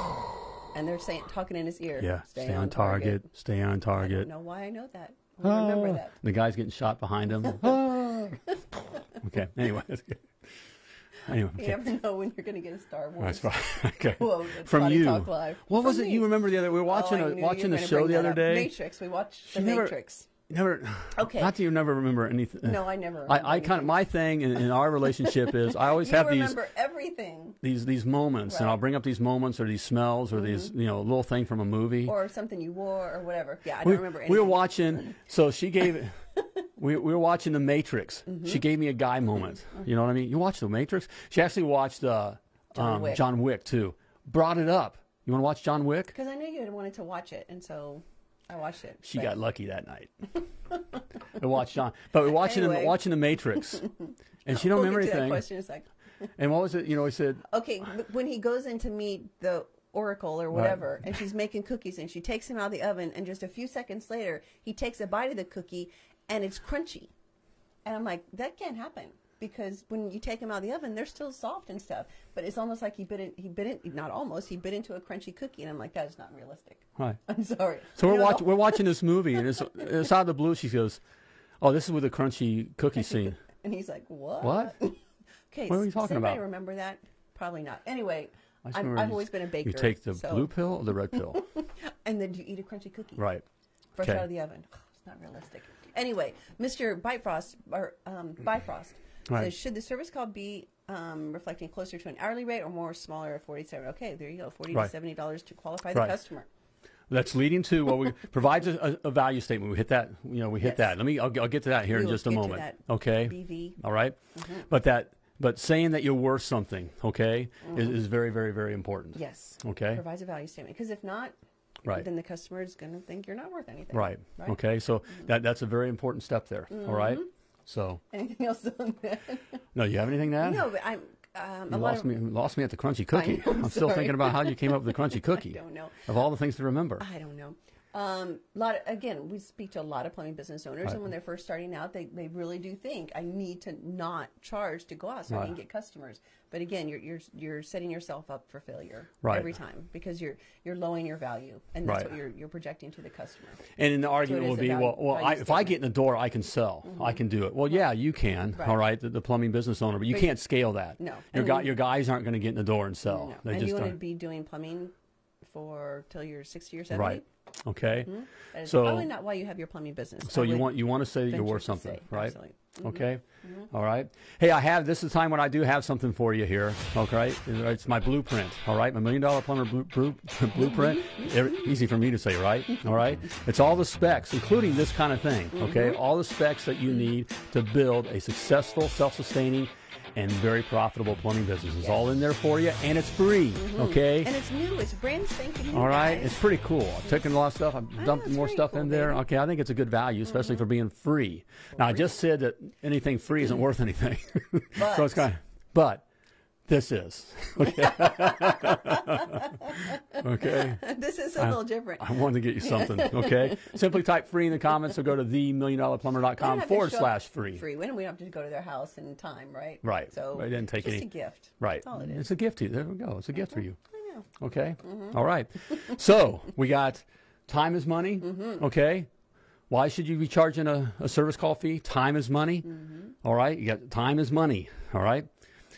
Speaker 3: and they're saying talking in his ear.
Speaker 1: Yeah. Stay, on, target. Stay on
Speaker 3: I
Speaker 1: target.
Speaker 3: don't know why I know that. I don't remember
Speaker 1: Ah.
Speaker 3: that.
Speaker 1: The guy's getting shot behind him. Ah. okay. Anyway. that's good. Anyway.
Speaker 3: You
Speaker 1: okay.
Speaker 3: never know when you're going to get a Star Wars.
Speaker 1: That's right. Okay.
Speaker 3: Whoa, that's
Speaker 1: From
Speaker 3: Body
Speaker 1: you.
Speaker 3: Talk Live.
Speaker 1: What was
Speaker 3: From
Speaker 1: it you
Speaker 3: me.
Speaker 1: remember the other? We were watching
Speaker 3: Oh, I
Speaker 1: a
Speaker 3: knew you
Speaker 1: watching
Speaker 3: were
Speaker 1: a
Speaker 3: gonna
Speaker 1: show
Speaker 3: bring
Speaker 1: the
Speaker 3: that
Speaker 1: other
Speaker 3: up.
Speaker 1: day.
Speaker 3: Matrix. We watched The
Speaker 1: You never-
Speaker 3: Matrix.
Speaker 1: Never.
Speaker 3: Okay.
Speaker 1: Not that you never remember anything.
Speaker 3: No, I never remember
Speaker 1: I, I kind of my thing in, in our relationship is I always
Speaker 3: You
Speaker 1: have these
Speaker 3: remember everything,
Speaker 1: these these moments, and
Speaker 3: Right. Mm-hmm.
Speaker 1: I'll bring up these moments or these smells or these you know little thing from a movie.
Speaker 3: or something you wore, or whatever. Yeah, I don't
Speaker 1: we,
Speaker 3: remember anything.
Speaker 1: we were watching. So she gave. we, we were watching The Matrix.
Speaker 3: Mm-hmm.
Speaker 1: She gave me a guy moment. You know what I mean? You watched The Matrix. She actually watched uh,
Speaker 3: John
Speaker 1: um,
Speaker 3: Wick.
Speaker 1: John Wick too. Brought it up. You want to watch John Wick?
Speaker 3: because I knew you had wanted to watch it, and so I watched it.
Speaker 1: She
Speaker 3: but-
Speaker 1: got lucky that night. we watched John, but we're watching
Speaker 3: Anyway.
Speaker 1: the watching the Matrix, and she don't
Speaker 3: We'll
Speaker 1: remember
Speaker 3: get to that
Speaker 1: anything.
Speaker 3: question in a second.
Speaker 1: And what was it? You know, he said,
Speaker 3: Okay, but when he goes in to meet the Oracle or whatever, and she's making cookies, and she takes him out of the oven, and just a few seconds later, he takes a bite of the cookie, and it's crunchy. And I'm like, that can't happen because when you take them out of the oven, they're still soft and stuff. But it's almost like he bit in, he bit in, not almost, he bit into a crunchy cookie, and I'm like, that is not realistic.
Speaker 1: "Hi."
Speaker 3: I'm sorry.
Speaker 1: So we're
Speaker 3: You know,
Speaker 1: watching we're watching this movie, and it's it's out of the blue. She goes, "Oh, this is with the crunchy cookie scene."
Speaker 3: And he's like, what?
Speaker 1: What?
Speaker 3: Okay.
Speaker 1: What are we
Speaker 3: does
Speaker 1: talking
Speaker 3: anybody
Speaker 1: about?
Speaker 3: remember that? Probably not. Anyway,
Speaker 1: I just
Speaker 3: I'm,
Speaker 1: remember
Speaker 3: I've
Speaker 1: you-
Speaker 3: always been a baker.
Speaker 1: You take the
Speaker 3: so-
Speaker 1: blue pill or the red pill,
Speaker 3: And then you eat a crunchy cookie.
Speaker 1: right?
Speaker 3: Fresh
Speaker 1: Okay.
Speaker 3: out of the oven. It's not realistic. Anyway, Mr. Bifrost or um, Bifrost
Speaker 1: Right.
Speaker 3: says, should the service call be um, reflecting closer to an hourly rate or more smaller at 47? Okay, there you go, 40
Speaker 1: Right.
Speaker 3: to 70 dollars to qualify the
Speaker 1: Right.
Speaker 3: customer.
Speaker 1: That's leading to what we provides a, a a value statement. We hit that, you know, we hit
Speaker 3: Yes.
Speaker 1: that. Let me, I'll, I'll get to that here
Speaker 3: We
Speaker 1: in
Speaker 3: will
Speaker 1: just a
Speaker 3: get to
Speaker 1: moment.
Speaker 3: that
Speaker 1: okay.
Speaker 3: BV.
Speaker 1: All right?
Speaker 3: Mm-hmm.
Speaker 1: But that, but saying that you're worth something, okay, is,
Speaker 3: Mm-hmm.
Speaker 1: is very, very, very important.
Speaker 3: Yes.
Speaker 1: Okay.
Speaker 3: Provides a value statement because if not,
Speaker 1: Right.
Speaker 3: then the customer is going to think you're not worth anything.
Speaker 1: Right.
Speaker 3: Right. Mm-hmm.
Speaker 1: Okay. So that that's a very important step there. all right. So
Speaker 3: Anything else on that?
Speaker 1: no, you have anything to add?
Speaker 3: no, but I'm um,
Speaker 1: You
Speaker 3: a lot
Speaker 1: lost
Speaker 3: of
Speaker 1: me. Lost me at the crunchy cookie.
Speaker 3: know, I'm
Speaker 1: I'm still
Speaker 3: sorry.
Speaker 1: thinking about how you came up with the crunchy cookie.
Speaker 3: don't know. Uh,
Speaker 1: Of all the things to remember.
Speaker 3: I don't know. Um, lot again, we speak to a lot of plumbing business owners, and when they're first starting out, they, they really do think I need to not charge to go out so I can
Speaker 1: Right.
Speaker 3: get customers. But again, you're you're you're setting yourself up for failure
Speaker 1: Right.
Speaker 3: every time because you're you're lowering your value, and that's
Speaker 1: Right.
Speaker 3: what you're you're projecting to the customer.
Speaker 1: And then the argument
Speaker 3: is
Speaker 1: will
Speaker 3: a
Speaker 1: be,
Speaker 3: value-
Speaker 1: well, well,
Speaker 3: value
Speaker 1: I, if I
Speaker 3: statement.
Speaker 1: get in the door, I can sell. I can do it. Well, yeah, you can.
Speaker 3: Mm-hmm. Right.
Speaker 1: All right, the, the plumbing business owner, but you can't scale that.
Speaker 3: No.
Speaker 1: your
Speaker 3: And
Speaker 1: guy,
Speaker 3: we-
Speaker 1: your guys aren't going to get in the door and sell.
Speaker 3: No.
Speaker 1: Oh, They
Speaker 3: and
Speaker 1: just
Speaker 3: you want to
Speaker 1: aren't.
Speaker 3: be doing plumbing for till you're sixty or seventy.
Speaker 1: right. Okay.
Speaker 3: That is
Speaker 1: So
Speaker 3: probably not why you have your plumbing business.
Speaker 1: So
Speaker 3: I
Speaker 1: you
Speaker 3: would-
Speaker 1: want you want to say that you're
Speaker 3: venture
Speaker 1: worth
Speaker 3: to
Speaker 1: something,
Speaker 3: say,
Speaker 1: right?
Speaker 3: absolutely. Mm-hmm.
Speaker 1: Okay. All right. Hey, I have this is the time when I do have something for you here. Okay. It's my blueprint. All right. My million dollar plumber blu- blu- blueprint. Every- Easy for me to say, right? All right. It's all the specs, including this
Speaker 3: Mm-hmm.
Speaker 1: kind of thing. Okay. All the specs that you need to build a successful, self sustaining and very profitable plumbing business. It's all in there for you, and it's free. Okay.
Speaker 3: Mm-hmm. And it's new. It's brand spanking new.
Speaker 1: all right,
Speaker 3: guys.
Speaker 1: it's pretty cool. I've taken a lot of stuff. I've
Speaker 3: know,
Speaker 1: dumped
Speaker 3: it's
Speaker 1: more
Speaker 3: Oh, pretty
Speaker 1: stuff
Speaker 3: cool,
Speaker 1: in there.
Speaker 3: baby.
Speaker 1: Okay, I think it's a good value, especially for being free. Now, I just said that anything free isn't worth anything.
Speaker 3: But-
Speaker 1: so it's kind of, but this is. Okay. okay.
Speaker 3: this is a little different.
Speaker 1: I wanted to get you something, okay? Simply type free in the comments or go to
Speaker 3: We don't
Speaker 1: themilliondollarplumber.com
Speaker 3: have to
Speaker 1: forward
Speaker 3: show up
Speaker 1: slash free.
Speaker 3: Free. We don't, we don't have to go to their house in time, right?
Speaker 1: Right.
Speaker 3: So
Speaker 1: It didn't take
Speaker 3: just
Speaker 1: any-
Speaker 3: a gift.
Speaker 1: Right.
Speaker 3: That's all it is.
Speaker 1: It's a gift to you. There we go. It's a gift for you.
Speaker 3: I know.
Speaker 1: Okay.
Speaker 3: Mm-hmm.
Speaker 1: All right. so we got time is money.
Speaker 3: Mm-hmm.
Speaker 1: Okay. Why should you be charging a, a service call fee? Time is money.
Speaker 3: Mm-hmm.
Speaker 1: All right. You got time is money. All right.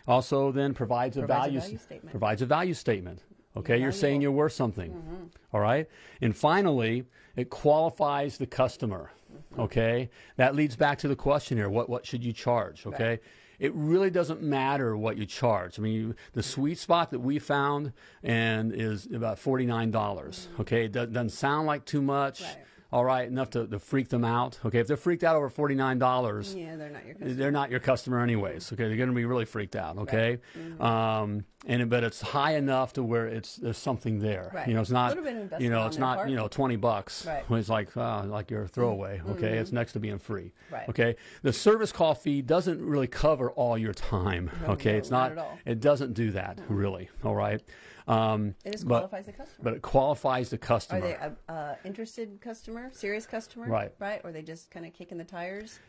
Speaker 1: Also, then provides a
Speaker 3: Provides a
Speaker 1: value,
Speaker 3: value statement.
Speaker 1: Provides a value statement. Okay. You're
Speaker 3: Valuable.
Speaker 1: saying you're worth something. All right. And finally, it qualifies the customer. Okay. That leads back to the question here what, what should you charge? Okay. It really doesn't matter what you charge. I mean, you, the sweet spot that we found and is about $49. dollars Okay. It doesn't, doesn't sound like too much.
Speaker 3: Right.
Speaker 1: All right. Enough to, to freak them out. Okay. If they're freaked out over $49,
Speaker 3: Yeah, they're not your customer.
Speaker 1: they're not your customer anyways. Okay, they're going to be really freaked out. Okay,
Speaker 3: Mm-hmm.
Speaker 1: um, and but it's high enough to where it's there's something there.
Speaker 3: Right.
Speaker 1: You know, it's
Speaker 3: A
Speaker 1: not
Speaker 3: little bit of investment
Speaker 1: you know
Speaker 3: on
Speaker 1: it's
Speaker 3: their
Speaker 1: not
Speaker 3: part.
Speaker 1: you know twenty bucks.
Speaker 3: Right. Mm-hmm.
Speaker 1: When it's like uh, like your throwaway. Okay, it's next to being free.
Speaker 3: Right.
Speaker 1: Okay, the service call fee doesn't really cover all your time. okay,
Speaker 3: no,
Speaker 1: it's
Speaker 3: not
Speaker 1: not.
Speaker 3: at all.
Speaker 1: It doesn't do that really. All right. Um,
Speaker 3: It just
Speaker 1: but-
Speaker 3: qualifies the customer.
Speaker 1: But it qualifies the customer.
Speaker 3: Are they a uh, interested customer, serious customer?
Speaker 1: Right.
Speaker 3: Right? Or they just kind of kicking the tires?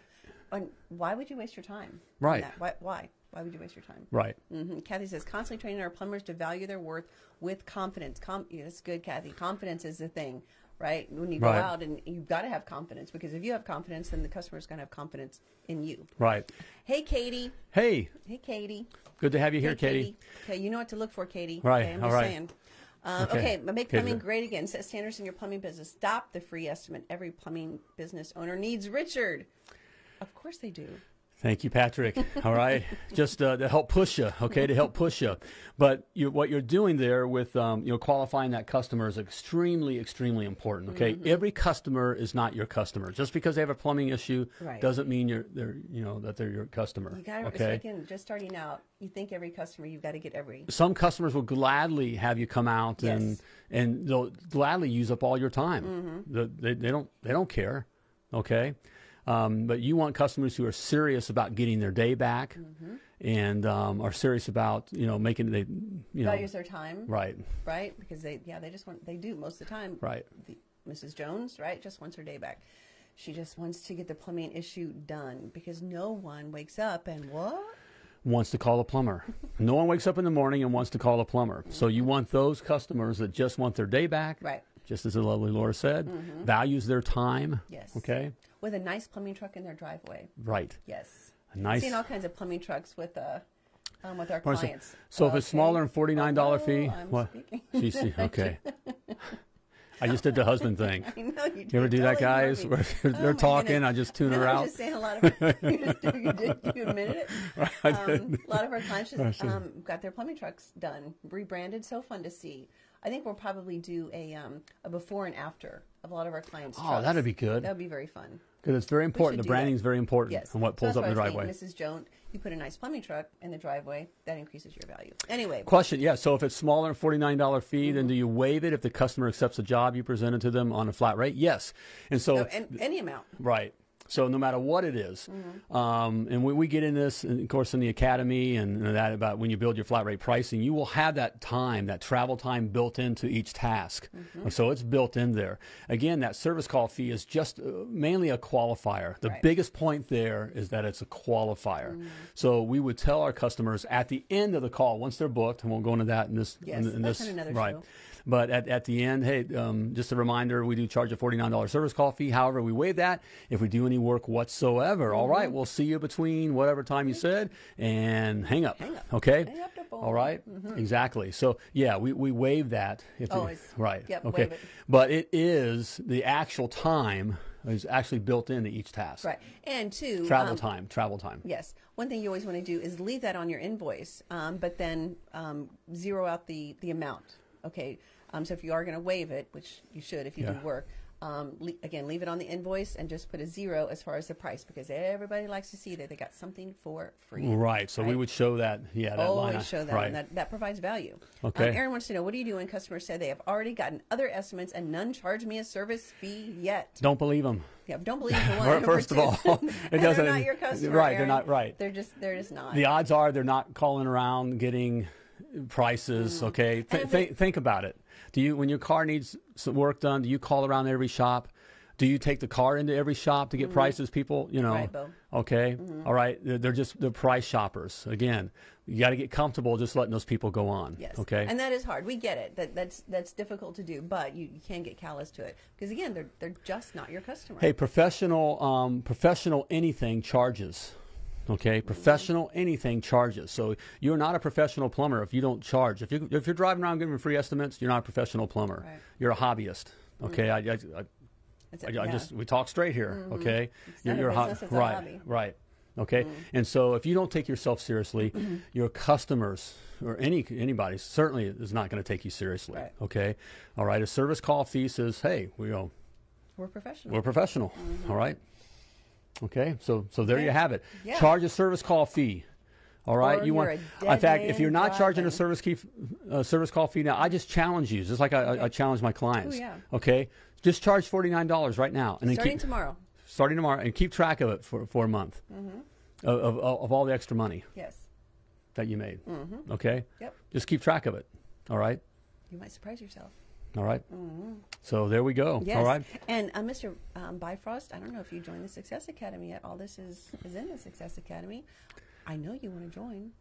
Speaker 3: And why would you waste your time? on
Speaker 1: Right.
Speaker 3: that? Why, why? Why would you waste your time?
Speaker 1: right.
Speaker 3: hmm Kathy says, constantly training our plumbers to value their worth with confidence. Com- yeah, that's good, Kathy. Confidence is the thing, right? When you go
Speaker 1: Right.
Speaker 3: out and you've got to have confidence because if you have confidence, then the customer's going to have confidence in you.
Speaker 1: Right.
Speaker 3: Hey, Katie.
Speaker 1: Hey,
Speaker 3: Hey, Katie.
Speaker 1: good to have you here,
Speaker 3: Hey,
Speaker 1: Katie.
Speaker 3: Okay, you know what to look for, Katie.
Speaker 1: Right,
Speaker 3: Okay, I'm
Speaker 1: all
Speaker 3: just
Speaker 1: right.
Speaker 3: saying. Um,
Speaker 1: Okay.
Speaker 3: okay. but make
Speaker 1: Okay,
Speaker 3: plumbing
Speaker 1: good.
Speaker 3: great again. Set standards in your plumbing business. Stop the free estimate. Every plumbing business owner needs Richard. Of course they do.
Speaker 1: Thank you, Patrick. All right, just uh, to help push you, okay, to help push you. But you, what you're doing there with um, you know qualifying that customer is extremely, extremely important. Okay,
Speaker 3: Mm-hmm.
Speaker 1: every customer is not your customer. Just because they have a plumbing issue
Speaker 3: Right.
Speaker 1: doesn't mean you're they're you know that they're your customer.
Speaker 3: You got to. It's
Speaker 1: okay,
Speaker 3: like in just starting out. You think every customer, you've got to get every.
Speaker 1: some customers will gladly have you come out and
Speaker 3: Yes. Mm-hmm.
Speaker 1: and they'll gladly use up all your time. The, they, they don't they don't care, okay. Um, but you want customers who are serious about getting their day back
Speaker 3: Mm-hmm.
Speaker 1: and um, are serious about you know making they you know
Speaker 3: Values their time, right.
Speaker 1: right
Speaker 3: Because they, yeah, they just want, they do most of the time.
Speaker 1: Right.
Speaker 3: The, Mrs. Jones, right, just wants her day back. She just wants to get the plumbing issue done because no one wakes up and what?
Speaker 1: wants to call a plumber. no one wakes up in the morning and wants to call a plumber. So you want those customers that just want their day back,
Speaker 3: Mm-hmm. Right. Mm-hmm.
Speaker 1: Just as the lovely Laura said, values their time.
Speaker 3: Yes.
Speaker 1: Okay.
Speaker 3: With a nice plumbing truck in their driveway.
Speaker 1: Right.
Speaker 3: Yes.
Speaker 1: A nice.
Speaker 3: Seeing all kinds of plumbing trucks with uh, um, with our
Speaker 1: Or so-
Speaker 3: clients.
Speaker 1: So if it's
Speaker 3: Okay.
Speaker 1: smaller than forty nine dollar
Speaker 3: Hello,
Speaker 1: fee,
Speaker 3: I'm
Speaker 1: what?
Speaker 3: speaking.
Speaker 1: She, she, okay. I just did the husband thing.
Speaker 3: I know you, did.
Speaker 1: You ever do that,
Speaker 3: Totally
Speaker 1: guys?
Speaker 3: moving.
Speaker 1: Where they're,
Speaker 3: Oh
Speaker 1: they're
Speaker 3: my
Speaker 1: talking,
Speaker 3: goodness.
Speaker 1: I just tune
Speaker 3: No,
Speaker 1: her
Speaker 3: I'm
Speaker 1: out.
Speaker 3: just saying a lot of you, just, you did you admitted it. Um, a lot of our clients just um, got their plumbing trucks done, rebranded. So fun to see. I think we'll probably do a um, a before and after of a lot of our clients.
Speaker 1: Oh, that'd be good.
Speaker 3: That'd be very fun.
Speaker 1: Because it's very
Speaker 3: We
Speaker 1: important.
Speaker 3: should
Speaker 1: The
Speaker 3: do that.
Speaker 1: branding is very important
Speaker 3: Yes.
Speaker 1: and what
Speaker 3: So
Speaker 1: pulls up
Speaker 3: that's
Speaker 1: in the
Speaker 3: what I was
Speaker 1: driveway.
Speaker 3: thinking, Mrs. Jones, you put a nice plumbing truck in the driveway, that increases your value. Anyway,
Speaker 1: Question, yeah. So if it's smaller than forty nine dollar fee,
Speaker 3: Mm-hmm.
Speaker 1: then do you waive it if the customer accepts the job you presented to them on a flat rate? Yes. And so
Speaker 3: so, and any amount.
Speaker 1: Right. So no matter what it is.
Speaker 3: Mm-hmm.
Speaker 1: um, and we, we get in this, and of course, in the academy and that about when you build your flat rate pricing, you will have that time, that travel time built into each task.
Speaker 3: Mm-hmm.
Speaker 1: So it's built in there. Again, that service call fee is just uh, mainly a qualifier. The biggest point there is that it's a qualifier.
Speaker 3: Mm-hmm.
Speaker 1: So we would tell our customers at the end of the call, once they're booked, and we'll go into that in this.
Speaker 3: Yes,
Speaker 1: in, in
Speaker 3: that's
Speaker 1: this
Speaker 3: on another
Speaker 1: right.
Speaker 3: show.
Speaker 1: But at, at the end, hey, um, just a reminder, we do charge a $49 service call fee. However, we waive that if we do any work whatsoever. All
Speaker 3: Mm-hmm.
Speaker 1: right, we'll see you between whatever time you said and hang up.
Speaker 3: Hang up.
Speaker 1: Okay?
Speaker 3: Hang up the phone. Mm-hmm.
Speaker 1: All right? Exactly. So, yeah, we, we waive that. If
Speaker 3: Oh,
Speaker 1: the-
Speaker 3: it's-
Speaker 1: right.
Speaker 3: yep,
Speaker 1: okay.
Speaker 3: waive it.
Speaker 1: But it is the actual time is actually built into each task.
Speaker 3: Right. And two,
Speaker 1: Travel
Speaker 3: um,
Speaker 1: time, travel time.
Speaker 3: Yes. One thing you always want to do is leave that on your invoice, um, but then um, zero out the, the amount. Okay. Um, so if you are going to waive it, which you should if you do
Speaker 1: Yeah.
Speaker 3: work, Um, le- again, leave it on the invoice and just put a zero as far as the price because everybody likes to see that they got something for free.
Speaker 1: Right. So we would show that. Yeah. That line
Speaker 3: Always
Speaker 1: item.
Speaker 3: Oh, show that,
Speaker 1: Right.
Speaker 3: and that. That provides value.
Speaker 1: Okay.
Speaker 3: Um, Aaron wants to know what do you do when customers say they have already gotten other estimates and none charged me a service fee yet?
Speaker 1: Don't believe them.
Speaker 3: Yeah, don't believe for one.
Speaker 1: Right,
Speaker 3: number
Speaker 1: first of
Speaker 3: two,
Speaker 1: all, it
Speaker 3: they're
Speaker 1: doesn't-
Speaker 3: not your customer.
Speaker 1: right, they're
Speaker 3: Aaron.
Speaker 1: not- right.
Speaker 3: They're just. They're just not.
Speaker 1: The odds are they're not calling around getting prices. Okay. Th-
Speaker 3: if
Speaker 1: th- think about it. Do you, when your car needs some work done, do you call around every shop? Do you take the car into every shop to get prices? People, you know.
Speaker 3: Mm-hmm. Right, Bo. Mm-hmm.
Speaker 1: Okay. All right. They're, they're just they're price shoppers. Again, you got to get comfortable just letting those people go on.
Speaker 3: Yes.
Speaker 1: Okay.
Speaker 3: And that is hard. We get it. That that's that's difficult to do, but you, you can get callous to it because again, they're they're just not your customer.
Speaker 1: Hey, professional, um, professional anything charges. Okay, professional anything charges. So you're not a professional plumber if you don't charge. If you if you're driving around giving free estimates, you're not a professional plumber.
Speaker 3: Right.
Speaker 1: You're a hobbyist. Okay, I, I, I,
Speaker 3: That's
Speaker 1: I,
Speaker 3: it.
Speaker 1: I
Speaker 3: Yeah.
Speaker 1: just we talk straight here. Okay,
Speaker 3: not a
Speaker 1: ho-
Speaker 3: business, it's a
Speaker 1: right,
Speaker 3: hobby. Mm-hmm.
Speaker 1: right. Okay, and so if you don't take yourself seriously, your customers or any anybody certainly is not going to take you seriously.
Speaker 3: Right.
Speaker 1: Okay, all right. A service call fee says, hey, we go.
Speaker 3: we're professional.
Speaker 1: We're professional. all right. Okay. So so there you have it.
Speaker 3: Mm-hmm. Yeah.
Speaker 1: Charge a service call fee. All right.
Speaker 3: Or
Speaker 1: you want.
Speaker 3: you're a
Speaker 1: In
Speaker 3: dead
Speaker 1: fact, if
Speaker 3: man
Speaker 1: you're not charging a
Speaker 3: driving.
Speaker 1: service key, uh, service call fee now, I just challenge you, just like I, I- I challenge my clients.
Speaker 3: Oh, yeah.
Speaker 1: Okay. Just charge forty nine dollars right now, and then
Speaker 3: Starting
Speaker 1: keep
Speaker 3: tomorrow.
Speaker 1: starting tomorrow, and keep track of it for for a month
Speaker 3: Mm-hmm.
Speaker 1: of, of of all the extra money
Speaker 3: Yes.
Speaker 1: that you made.
Speaker 3: Mm-hmm.
Speaker 1: Okay.
Speaker 3: Yep.
Speaker 1: Just keep track of it. All right.
Speaker 3: You might surprise yourself.
Speaker 1: All right? So there we go.
Speaker 3: Mm-hmm. Yes.
Speaker 1: All right.
Speaker 3: And uh, Mr. Um, Bifrost, I don't know if you joined the Success Academy yet. All this is is in the Success Academy. I know you want to join,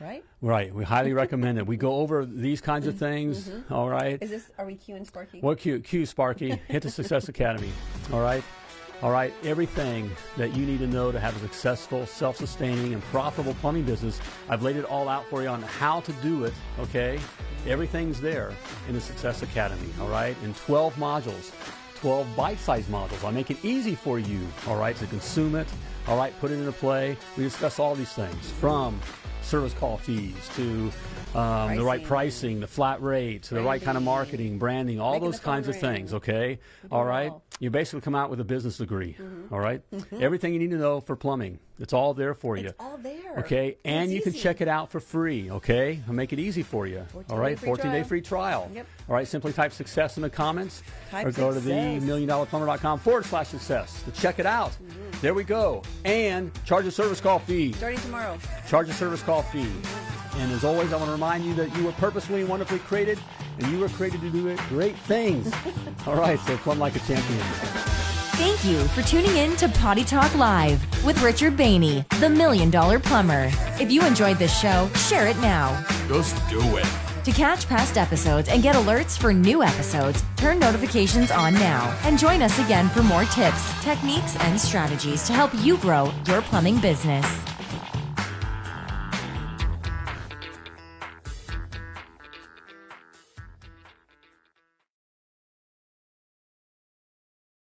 Speaker 3: right?
Speaker 1: Right. We highly recommend it. We go over these kinds of things. all right.
Speaker 3: Is this are we Q and Sparky?
Speaker 1: What cue? Cue Sparky. Hit the Success Academy. All right. All right. Everything that you need to know to have a successful, self sustaining, and profitable plumbing business, I've laid it all out for you on how to do it. Okay. Everything's there in the Success Academy. All right. In 12 modules, 12 bite sized modules. I make it easy for you. All right. To consume it. All right. Put it into play. We discuss all these things from service call fees to um, the right
Speaker 3: Pricing.
Speaker 1: pricing, the flat rate, to the right kind of
Speaker 3: Branding.
Speaker 1: marketing, branding, all all
Speaker 3: Making
Speaker 1: those
Speaker 3: the phone
Speaker 1: kinds of
Speaker 3: ring.
Speaker 1: things, okay? All
Speaker 3: it
Speaker 1: right?
Speaker 3: all. Mm-hmm.
Speaker 1: You basically come out with a business degree, all right? Everything you need to know for plumbing, it's all there for you.
Speaker 3: It's all there.
Speaker 1: Okay, and you can check it out for free. Okay, I'll make it easy for you.
Speaker 3: 14
Speaker 1: All right,
Speaker 3: day free
Speaker 1: 14 day
Speaker 3: trial.
Speaker 1: free trial.
Speaker 3: Yep.
Speaker 1: All right, simply type success in the comments
Speaker 3: Type
Speaker 1: or go
Speaker 3: success.
Speaker 1: to the milliondollarplumber.com forward slash success to check it out.
Speaker 3: Mm-hmm.
Speaker 1: There we go. And charge a service call fee
Speaker 3: Starting tomorrow.
Speaker 1: charge a service call fee. And as always, I want to remind you that you were purposefully and wonderfully created, and you were created to do great things. All right, so plumb like a champion.
Speaker 4: Thank you for tuning in to Potty Talk Live with Richard Bainey, the Million Dollar Plumber. If you enjoyed this show, share it now.
Speaker 2: Just do it.
Speaker 4: To catch past episodes and get alerts for new episodes, turn notifications on now and join us again for more tips, techniques, and strategies to help you grow your plumbing business.